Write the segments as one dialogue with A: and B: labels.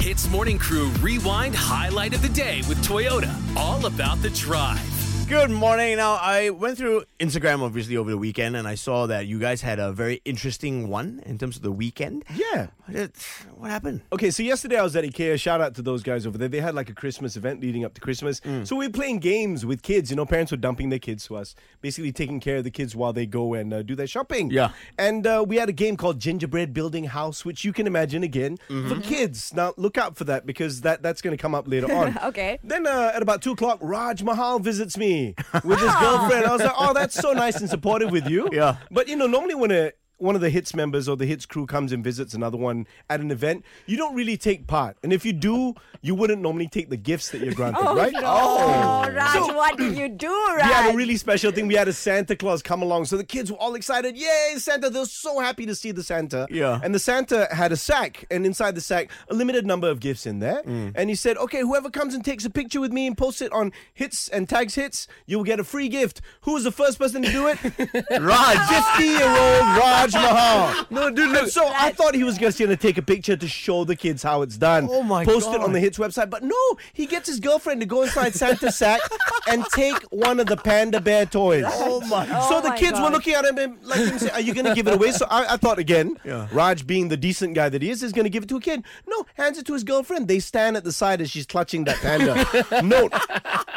A: Hits Morning Crew Rewind Highlight of the Day with Toyota. All about the drive.
B: Good morning. Now, I went through Instagram obviously over the weekend and I saw that you guys had a very interesting one in terms of the weekend.
C: Yeah.
B: It's- What happened?
C: Okay, so yesterday I was at IKEA. Shout out to those guys over there. They had like a Christmas event leading up to Christmas. So we were playing games with kids. You know, parents were dumping their kids to us, basically taking care of the kids while they go and uh, do their shopping.
B: Yeah.
C: And uh, we had a game called Gingerbread Building House, which you can imagine again for kids. Now look out for that because that that's going to come up later on.
D: Okay.
C: Then uh, at about two o'clock, Raj Mahal visits me with his girlfriend. I was like, oh, that's so nice and supportive with you.
B: Yeah.
C: But you know, normally when a one of the hits members or the hits crew comes and visits another one at an event, you don't really take part. And if you do, you wouldn't normally take the gifts that you're granted, right? Oh,
D: No, Oh, Raj, what did you do, Raj?
C: We had a really special thing. We had a Santa Claus come along. So the kids were all excited. Yay, Santa. They were so happy to see the Santa.
B: Yeah.
C: And the Santa had a sack. And inside the sack, a limited number of gifts in there. And he said, okay, whoever comes and takes a picture with me and posts it on hits and tags hits, you will get a free gift. Who was the first person to do it?
B: Raj!
C: 50 year old Raj Mahal.
B: no, dude,
C: And so I thought he was just going to take a picture to show the kids how it's done.
B: Oh my
C: Post
B: God.
C: it on the Hits website. But no, he gets his girlfriend to go inside Santa's sack and take one of the panda bear toys.
B: Oh my-
C: So
D: Oh
C: the
D: my
C: kids were
D: God.
C: looking at him and like him say, Are you going to give it away? So I, I thought again,
B: Yeah.
C: Raj, being the decent guy that he is, is going to give it to a kid. No, hands it to his girlfriend. They stand at the side as she's clutching that panda. note,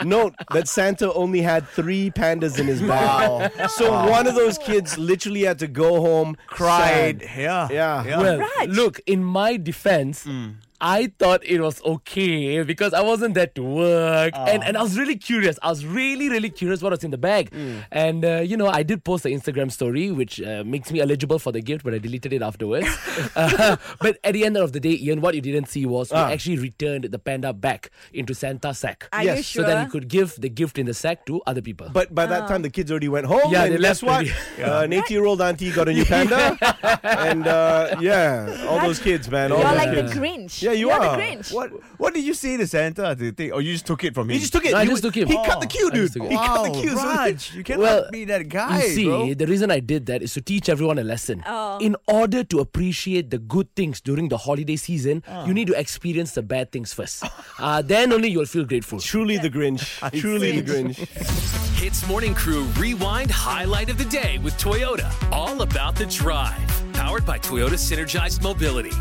C: note that Santa only had three pandas in his bag. So one of those kids literally had to go home,
B: cried.
C: sad.
B: Yeah.
C: Yeah. Mm.
E: Well,
D: Raj.
E: look, in my defense, I thought it was okay because I wasn't there to work.
C: Ah.
E: And, and I was really curious. I was really, really curious what was in the bag.
C: Mm.
E: And, uh, you know, I did post an Instagram story, which uh, makes me eligible for the gift, but I deleted it afterwards. Uh, but at the end of the day, Ian, what you didn't see was
C: Ah.
E: we actually returned the panda back into Santa's sack.
D: Are you
C: Yes,
D: sure?
E: So that you could give the gift in the sack to other people.
C: But by that time, the kids already went home.
E: Yeah,
C: and
E: they
C: guess
E: left
C: what?
E: already.
C: Uh, an 80 year old auntie got a new panda. and uh, yeah, all those kids, man. All
D: You're
C: those
D: like
C: kids.
D: the Grinch.
C: Yeah, you
D: You're
C: are.
D: the Grinch.
B: What What did you say to Santa to take? Or you just took it from him?
C: He just took it.
E: No, I
C: He
E: just
C: w-
E: took him.
C: He
E: Oh.
C: cut the queue,
E: I just
C: dude.
E: took Oh,
C: He
E: him.
C: cut the
B: Wow,
C: queue. so-
B: Raj, you cannot
E: Well,
B: be that guy,
E: You see,
B: bro.
E: the reason I did that is to teach everyone a lesson.
D: Oh.
E: In order to appreciate the good things during the holiday season,
B: Ah.
E: you need to experience the bad things first. uh, then only you'll feel grateful.
C: Truly the Grinch. Truly the Grinch.
A: Hits Morning Crew Rewind Highlight of the Day with Toyota. All about the drive. Powered by Toyota Synergized Mobility.